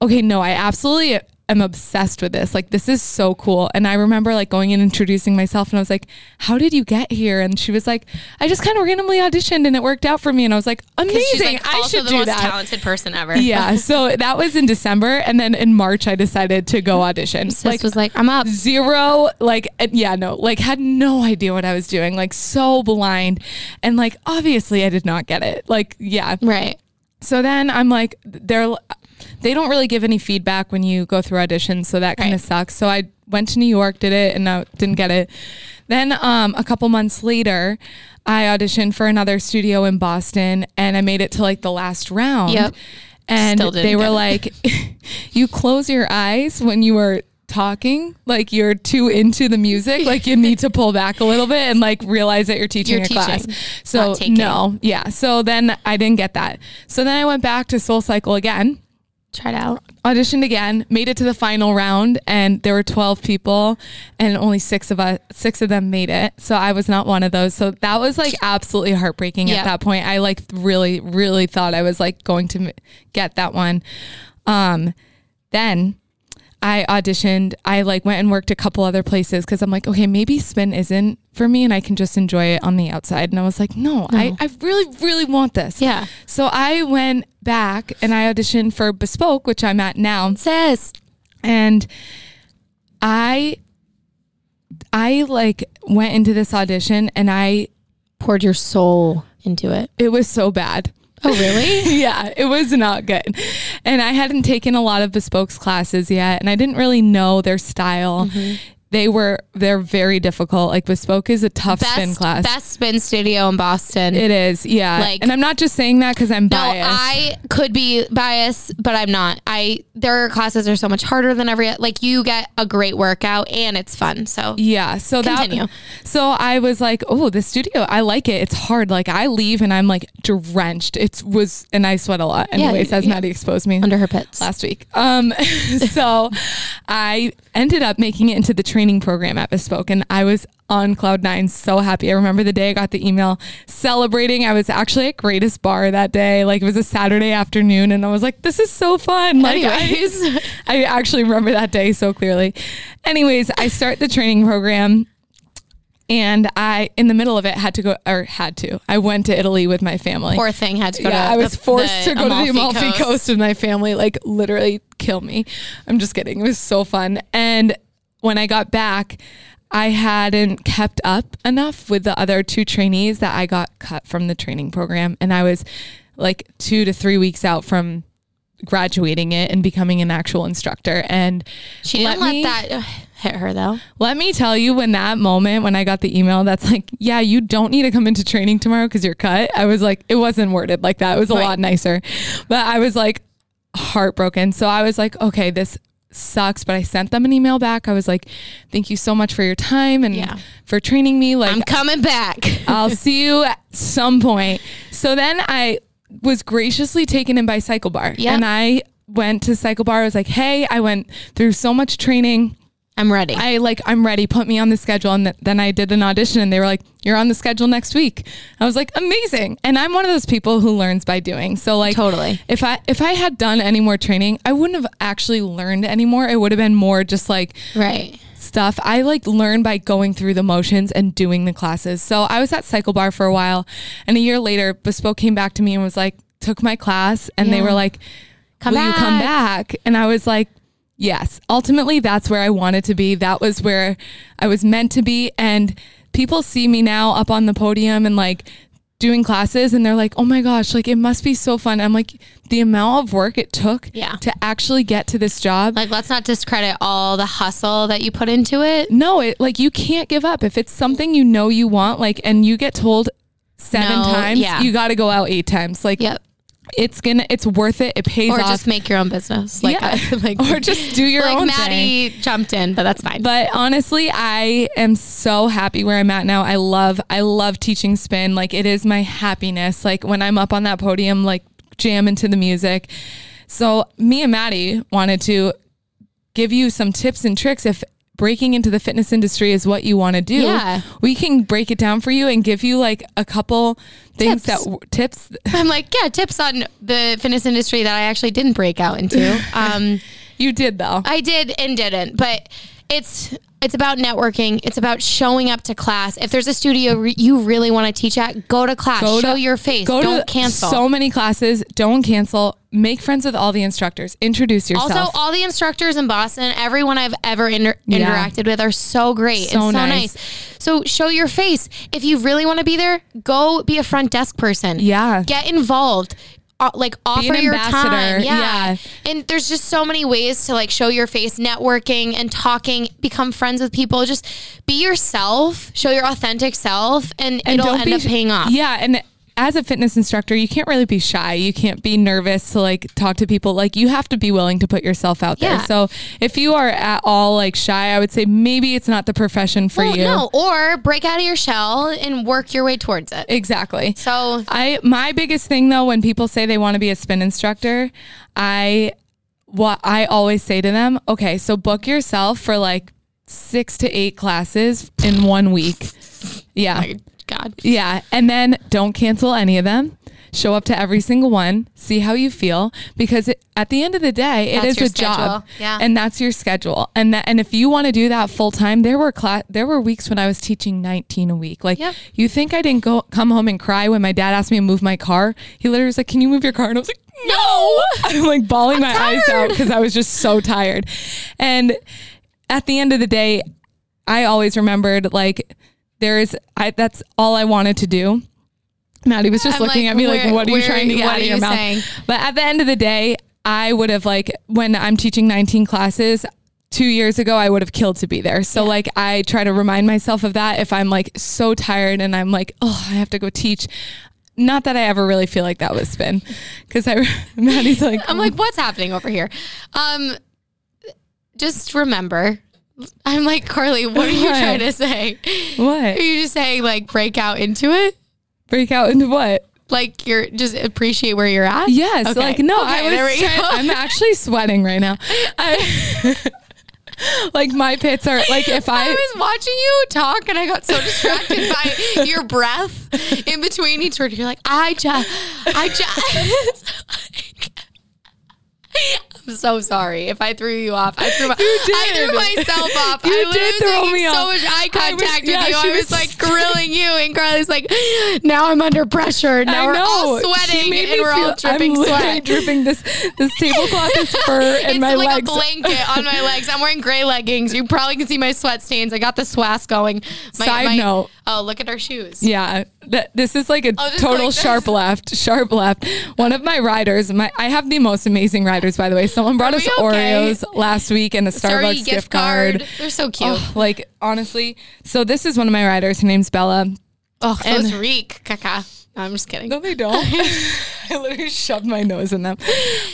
okay, no, I absolutely am obsessed with this. Like, this is so cool. And I remember like going and introducing myself, and I was like, how did you get here? And she was like, I just kind of randomly auditioned, and it worked out for me. And I was like, amazing.
She's like
I
also
should
the
do
most
that
talented person ever.
yeah so that was in december and then in march i decided to go audition
Sis
like
was like, I'm up.
zero like uh, yeah no like had no idea what i was doing like so blind and like obviously i did not get it like yeah
Right.
so then i'm like they're they don't really give any feedback when you go through auditions so that kind of
Right.
sucks so i went to new york did it and i didn't get it then um, a couple months later i auditioned for another studio in boston and i made it to like the last round
Yep.
and
Still didn't
they were
get it.
like you close your eyes when you are talking like you're too into the music like you need to pull back a little bit and like realize that you're teaching
You're
your class
teaching,
so
not taking.
no yeah so then i didn't get that so then i went back to soul cycle again
Tried out.
auditioned again made it to the final round and there were 12 people and only six of us six of them made it so i was not one of those so that was like absolutely heartbreaking
Yeah.
at that point i like really really thought i was like going to m- get that one um then I auditioned. I like went and worked a couple other places because I'm like, okay, maybe spin isn't for me, and I can just enjoy it on the outside. And I was like, no, I, I really, really want this.
Yeah.
So I went back and I auditioned for Bespoke, which I'm at now,
Sis.
and I, I like went into this audition and I,
Poured your soul into it.
it was so bad.
Oh, really?
yeah, it was not good. And I hadn't taken a lot of bespoke's classes yet, and I didn't really know their style.
Mm-hmm.
They were they're very difficult. Like bespoke is a tough spin
best,
class.
best spin studio in Boston.
It is, yeah.
Like-
and I'm not just saying that because I'm
No,
biased.
I could be biased, but I'm not. I their classes are so much harder than every like you get a great workout and it's fun. So
yeah. So
Continue.
that so I was like, oh, the studio, I like it. It's hard. Like I leave and I'm like drenched. It was and I sweat a lot.
Yeah,
Anyways, as
yeah.
Maddie exposed me.
under her pits.
last week. Um, so I ended up making it into the training program at Bespoke, and I was on cloud nine, so happy. I remember the day I got the email celebrating. I was actually at Greatest Bar that day. Like it was a Saturday afternoon, and I was like, "This is so fun!" Like,
Anyways.
I, I actually remember that day so clearly. Anyways, I start the training program. And I, in the middle of it, had to go or had to. I went to Italy with my family
Poor thing had to go
yeah,
to
I was
the-
forced
the
to go to the Amalfi Coast. and my family like literally kill me. I'm just kidding. It was so fun. And when I got back, I hadn't kept up enough with the other two trainees that I got cut from the training program. And I was like two to three weeks out from graduating it and becoming an actual instructor. And
She didn't let,
me-
that ugh, hit her though.
let me tell you, when that moment when I got the email that's like, yeah, you don't need to come into training tomorrow because you're cut. I was like, it wasn't worded like that. It was a lot nicer. But I was like heartbroken. So I was like, okay, this sucks. But I sent them an email back. I was like, thank you so much for your time and
Yeah.
for training me. Like,
I'm coming back.
I'll see you at some point. So then I was graciously taken in by Cycle Bar.
Yep.
And I went to Cycle Bar. I was like, hey, I went through so much training.
I'm ready.
I like, I'm ready. Put me on the schedule. And th- then I did an audition and they were like, you're on the schedule next week. I was like, amazing. And I'm one of those people who learns by doing. So like
Totally.
if I, if I had done any more training, I wouldn't have actually learned any more. It would have been more just like
right.
stuff. I like learn by going through the motions and doing the classes. So I was at Cycle Bar for a while, and a year later, Bespoke came back to me and was like, took my class, and they
Yeah.
were like,
Come
"Will you come
back."
back?" And I was like. Yes, ultimately that's where I wanted to be. That was where I was meant to be and people see me now up on the podium and like doing classes and they're like, "Oh my gosh, like it must be so fun." I'm like, the amount of work it took
Yeah.
to actually get to this job
Like, let's not discredit all the hustle that you put into it.
no, it like you can't give up. If it's something you know you want, like and you get told seven
No,
times,
yeah.
you gotta go out eight times. Like
Yep.
it's gonna it's worth it. It pays
Or
off.
just make your own business. Like,
yeah.
like,
or just do your
like
own thing.
Maddie jumped in, but that's fine.
But honestly, I am so happy where I'm at now. I love I love teaching spin. Like it is my happiness. Like when I'm up on that podium, like jamming to the music. So me and Maddie wanted to give you some tips and tricks if breaking into the fitness industry is what you want to do.
Yeah.
We can break it down for you and give you like a couple things
Tips.
that w- tips
I'm like, yeah, tips on the fitness industry that I actually didn't break out into. Um,
you did though.
I did and didn't, but it's it's about networking. It's about showing up to class. If there's a studio re- you really want to teach at, go to class.
Go to-
show your face.
Go
Don't
to
cancel.
so many classes. Don't cancel. Make friends with all the instructors. Introduce yourself.
also, all the instructors in Boston, everyone I've ever inter-
Yeah.
interacted with are so great
So
and so
nice.
nice. So show your face. If you really want to be there, go be a front desk person.
Yeah.
Get involved. Uh, like offer your
ambassador.
time. Yeah.
Yeah.
And there's just so many ways to like show your face, networking and talking, become friends with people. Just be yourself, show your authentic self, and, it'll end up paying off.
Yeah, and as a fitness instructor, you can't really be shy. You can't be nervous to like talk to people. Like you have to be willing to put yourself out there.
Yeah.
So if you are at all like shy, I would say maybe it's not the profession for
Well,
you.
Oh, no, or break out of your shell and work your way towards it.
Exactly.
So
I my biggest thing though when people say they want to be a spin instructor, I what I always say to them, okay, so book yourself for like 6 to 8 classes in one week. Yeah.
God.
Yeah. And then don't cancel any of them. Show up to every single one, see how you feel, because it, at the end of the day, it
That's
is
your
a job,
schedule. Yeah.
and that's your schedule. And that, and if you want to do that full time, there were class, there were weeks when I was teaching 19 a week. Like,
Yeah.
you think I didn't go come home and cry when my dad asked me to move my car? He literally was like, "Can you move your car?" And I was like, "No!" I'm like bawling my eyes out because I was just so tired. And at the end of the day, I always remembered like there is I that's all I wanted to do. Maddie was just
I'm
looking
like,
at me like,
where-
what are you
where-
trying to get
what
out
are
of your
you
mouth?
saying?
But at the end of the day, I would have like when I'm teaching 19 classes two years ago, I would have killed to be there. So like I try to remind myself of that if I'm like so tired and I'm like, oh, I have to go teach. Not that I ever really feel like that was spin, because I Maddie's like,
I'm like, what's happening over here? Um, just remember, I'm like Carly. What are you
What?
trying to say?
what?
Are you just saying like break out into it?
Break out into what?
Like you're just appreciate where you're at?
Yes,
Okay.
like no,
Okay,
I was.
there we
trying-
go.
I'm actually sweating right now. I, like my pits are like if
I
I.
was watching you talk and I got so distracted by your breath in between each word. You're like, I just, I just. I'm so sorry if I threw you off. I threw, my, I
did.
threw myself off.
You
I was
did throw
making
me
so
off.
much eye
I was-
contact with
yeah,
you.
she
I was
was-
like grilling you, and Carly's like, now I'm under pressure. Now
I
we're all
know. She
sweating
made
and
me
we're all
feel-
dripping
I'm literally
sweat.
dripping this this tablecloth is fur and
it's
my
like
legs.
a blanket on my legs. I'm wearing gray leggings. You probably can see my sweat stains. I got the swass going. My,
Side
my-
note.
Oh, look at our shoes.
Yeah, th- this is like a
just
total
like this.
sharp left, sharp left. One of my riders, my I have the most amazing riders by the way. Someone brought
Are
us
we okay?
Oreos last week and a
Sorry,
Starbucks gift, card.
They're so cute. Oh,
Oh, like honestly, so this is one of my riders. Her name's Bella.
those reek, caca. No, I'm just kidding.
No, they don't. I literally shoved my nose in them.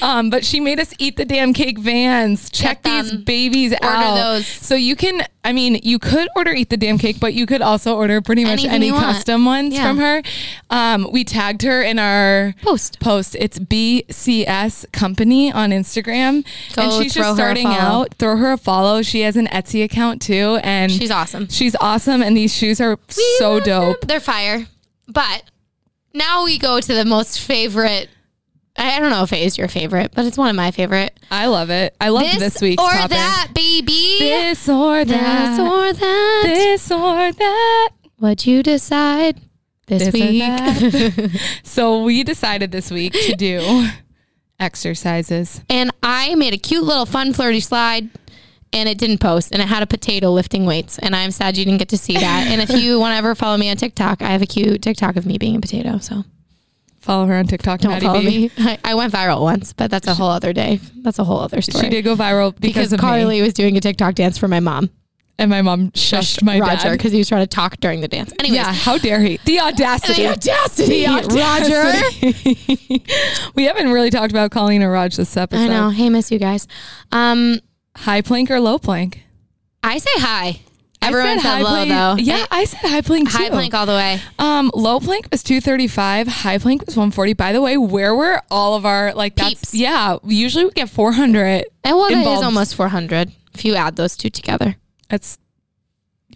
Um, but she made us eat the damn cake vans. Check
Get
these
them.
babies
Order
out.
those.
So you can, I mean, you could order eat the damn cake, but you could also order pretty much
Anything
any
you want.
custom ones
Yeah.
from her. Um, we tagged her in our
Post.
Post. It's BCS Company on Instagram,
Go
and she's
throw her
just
a
starting
follow.
out. Throw her a follow. She has an Etsy account too, and
She's awesome.
She's awesome, and these shoes are so
love them.
dope.
They're fire. But now we go to the most favorite. I I don't know if it is your favorite, but it's one of my favorite.
I love it. I love this, week's
or
topic.
that, baby.
This or
This
that.
or that.
This or that.
What'd you decide this,
This or
week?
that. So we decided this week to do exercises.
and I made a cute little fun flirty slide. And it didn't post, and it had a potato lifting weights, and I'm sad you didn't get to see that. And if you want to ever follow me on TikTok, I have a cute TikTok of me being a potato. So
Follow her on TikTok.
don't
Maddie
follow
B.
me. I, I went viral once, but that's a whole other day. That's a whole other story.
She did go viral because,
because,
of
Carly
me,
was doing a TikTok dance for my mom,
and my mom shushed my
Roger,
dad.
because he was trying to talk during the dance. Anyways,
Yeah, how dare he? The audacity.
the audacity,
The
Roger.
audacity. we haven't really talked about Colleen or Raj this episode.
I know. Hey, miss you guys. Um,
High plank or low plank?
I say hi.
I
Everyone
said
said
high
low
plank.
though.
Yeah, I said high plank too.
High plank all the way.
Um, low plank was 235, high plank was 140. By the way, where were all of our like that's
Peeps.
yeah, usually we get 400.
And well, that
Involves-
is almost 400 if you add those two together.
That's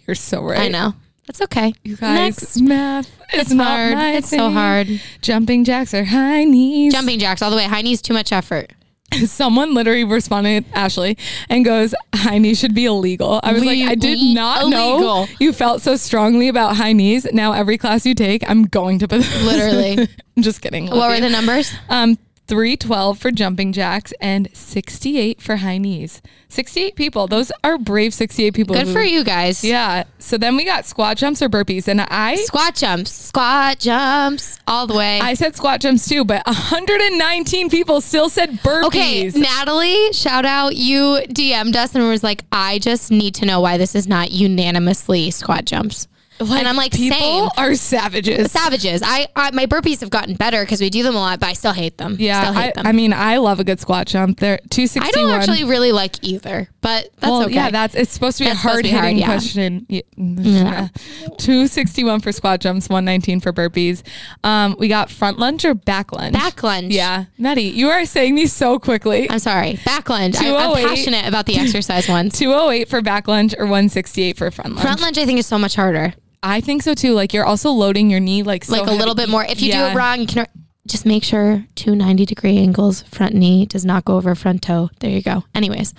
you're so right.
I know. That's okay.
You guys,
Next.
math is
It's
not
hard.
my
It's so
thing.
hard.
Jumping jacks or high knees.
Jumping jacks all the way. High knees, too much effort.
Someone literally responded, Ashley, and goes, "High knees should be illegal." I was
Le-
like, "I did
le-
not know
illegal.
you felt so strongly about high knees." Now every class you take, I'm going to put
Literally.
I'm just kidding.
what
Love
were
you.
the numbers?
Um, 312 for jumping jacks and 68 for high knees. 68 people. Those are brave 68 people.
Good
who-
for you guys.
Yeah. So then we got squat jumps or burpees. And I
Squat jumps. Squat jumps all the way.
I said squat jumps too, but 119 people still said burpees.
Okay, Natalie, shout out. You DM'd us and was like, I just need to know why this is not unanimously squat jumps. and I'm like,
people
same.
are savages.
Savages. I, I my burpees have gotten better because we do them a lot, but I still hate them.
yeah.
still hate
I,
them.
I mean, I love a good squat jump. They're 261.
I don't actually really like either, but that's
well,
okay.
yeah, that's it's supposed to be
That's
a
supposed to
hard
be
hitting
hard, yeah.
question. Yeah. Two sixty one for squat jumps, one nineteen for burpees. Um, we got front lunge or back lunge.
back lunge.
Yeah, Maddie, you are saying these so quickly.
I'm sorry. Back lunge. I, I'm
208.
passionate about the exercise ones.
Two oh eight for back lunge or one sixty eight for front lunge.
Front lunge, I think, is so much harder.
I think so too. Like you're also loading your knee like so
Like a little
heavy.
bit more. If you
Yeah.
do it wrong, you can just make sure two 90 degree angles. Front knee does not go over front toe. There you go. Anyways,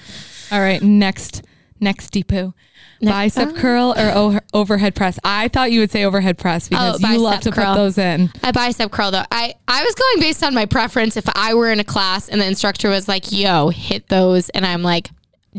All right, next, next depot.
oh.
bicep curl or o- overhead press. I thought you would say overhead press because you love
Oh, bicep
to put
curl.
those in.
I bicep curl though. I, I was going based on my preference. If I were in a class and the instructor was like, yo, hit those. And I'm like,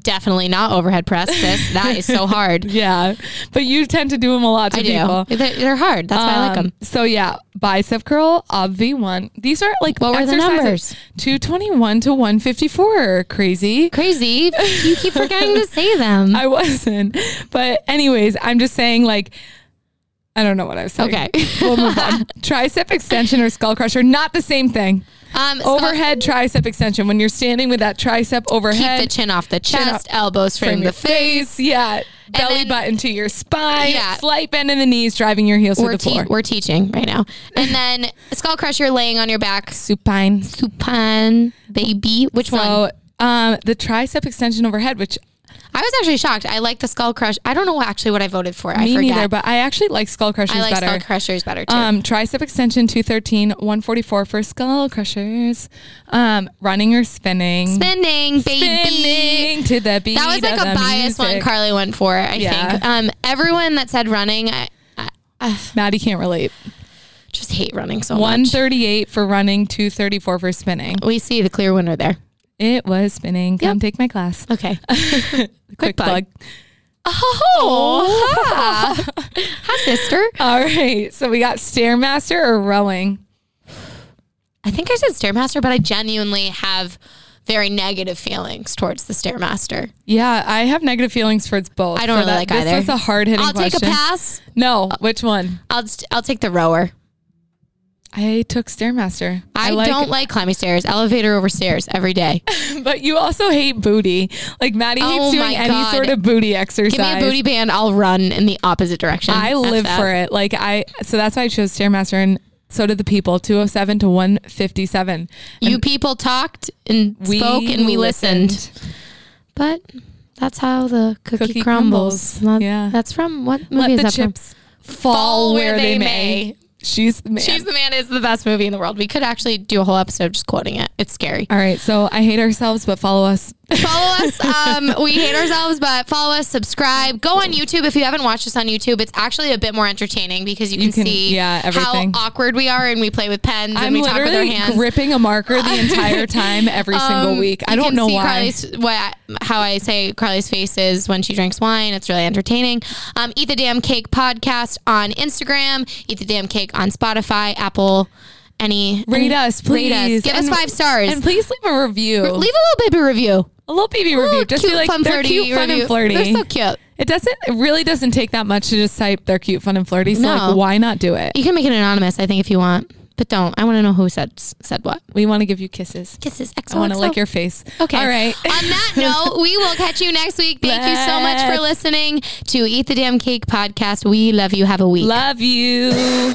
definitely not overhead press this. That is so hard.
Yeah, but you tend to do them a lot to
I
people.
do. They're, they're hard. That's why I like
Um,
them.
So yeah, bicep curl, obvi one. These are like
What were the
exercises-
numbers?
221 to 154. Crazy.
Crazy. You keep forgetting to say them.
I wasn't. But anyways, I'm just saying like I don't know what I was saying.
Okay.
We'll move on. tricep extension or skull crusher, not the same thing.
Um, skull-
Overhead tricep extension. When you're standing with that tricep
keep the
overhead
chin off the
up
chest, elbows
from
frame the
your
face.
Yeah. Belly
then-
button to your spine.
Yeah.
Slight bend in the knees, driving your heels to
We're,
the
te-
floor.
we're teaching right now. And then skull crusher laying on your back.
supine.
Supine, baby. Which one?
So um, the tricep extension overhead, which
I was actually shocked. I like the skull crush. I don't know actually what I voted for. I
me
forget.
neither, but I actually like skull crushers
I like
better.
skull crushers better too.
um, tricep extension 213, 144 for skull crushers. Um, running or spinning.
spinning, baby.
Spinning to the beat.
That was like
of
a
the
biased one
music.
Carly went for, I
Yeah.
think. Um, everyone that said running, I, I
Maddie can't relate.
just hate running so much.
138 for running, 234 for spinning.
We see the clear winner there.
It was spinning. Come take my class.
Okay.
Quick
plug.
plug.
Oh, hi. hi, sister.
All right. So we got Stairmaster or rowing.
I think I said Stairmaster, but I genuinely have very negative feelings towards the Stairmaster.
Yeah, I have negative feelings towards both.
I don't
so
really
that-
like
this
either.
was a hard hitting
I'll
question.
take a pass.
No, which one?
I'll just, I'll take the rower.
I took Stairmaster.
I, don't like climbing stairs, elevator over stairs every day.
But you also hate booty. Like Maddie hates
Oh
doing
my
any
God.
sort of booty exercise.
Give me a booty band, I'll run in the opposite direction.
I live for it. Like I, so that's why I chose Stairmaster, and so did the people. Two hundred seven to one fifty seven.
You people talked and spoke and we listened. But that's how the cookie,
Cookie
crumbles.
crumbles.
Not-
Yeah.
That's from what movie
Let
is
the
that
chips
from?
fall where they, may. She's the man.
She's the Man is the best movie in the world. We could actually do a whole episode just quoting it. It's scary.
all right, so I hate ourselves, but follow us.
follow us. Um, we hate ourselves, but follow us, subscribe, go on YouTube. If you haven't watched us on YouTube, it's actually a bit more entertaining because you can,
can-
see
yeah,
how
everything.
awkward we are and we play with pens and we talk with our hands.
gripping a marker the entire time every single
Um,
week. I
you
don't
can
know
see
why.
Carly's, what, how I say Carly's face is when she drinks wine. It's really entertaining. Um, Eat the Damn Cake podcast on Instagram. Eat the Damn Cake on Spotify, Apple, any
rate
any-
us, please.
Rate us. Give
And-
us five stars.
and please leave a review.
Leave a little baby review.
a little baby review. Just
cute,
be like
fun,
they're
flirty
cute, fun,
review.
and flirty.
They're so cute.
It doesn't. It really doesn't take that much to just type they're cute, fun, and flirty. So
No.
like, why not do it?
You can make it anonymous, I think, if you want, but don't. I want to know who said said what.
We want to give you kisses.
Kisses. XOXO.
I want to lick your face.
Oh, Okay.
All right.
On that note, we will catch you next week. Thank you so much for
Bless.
listening to Eat the Damn Cake podcast. We love you. Have a week.
Love you.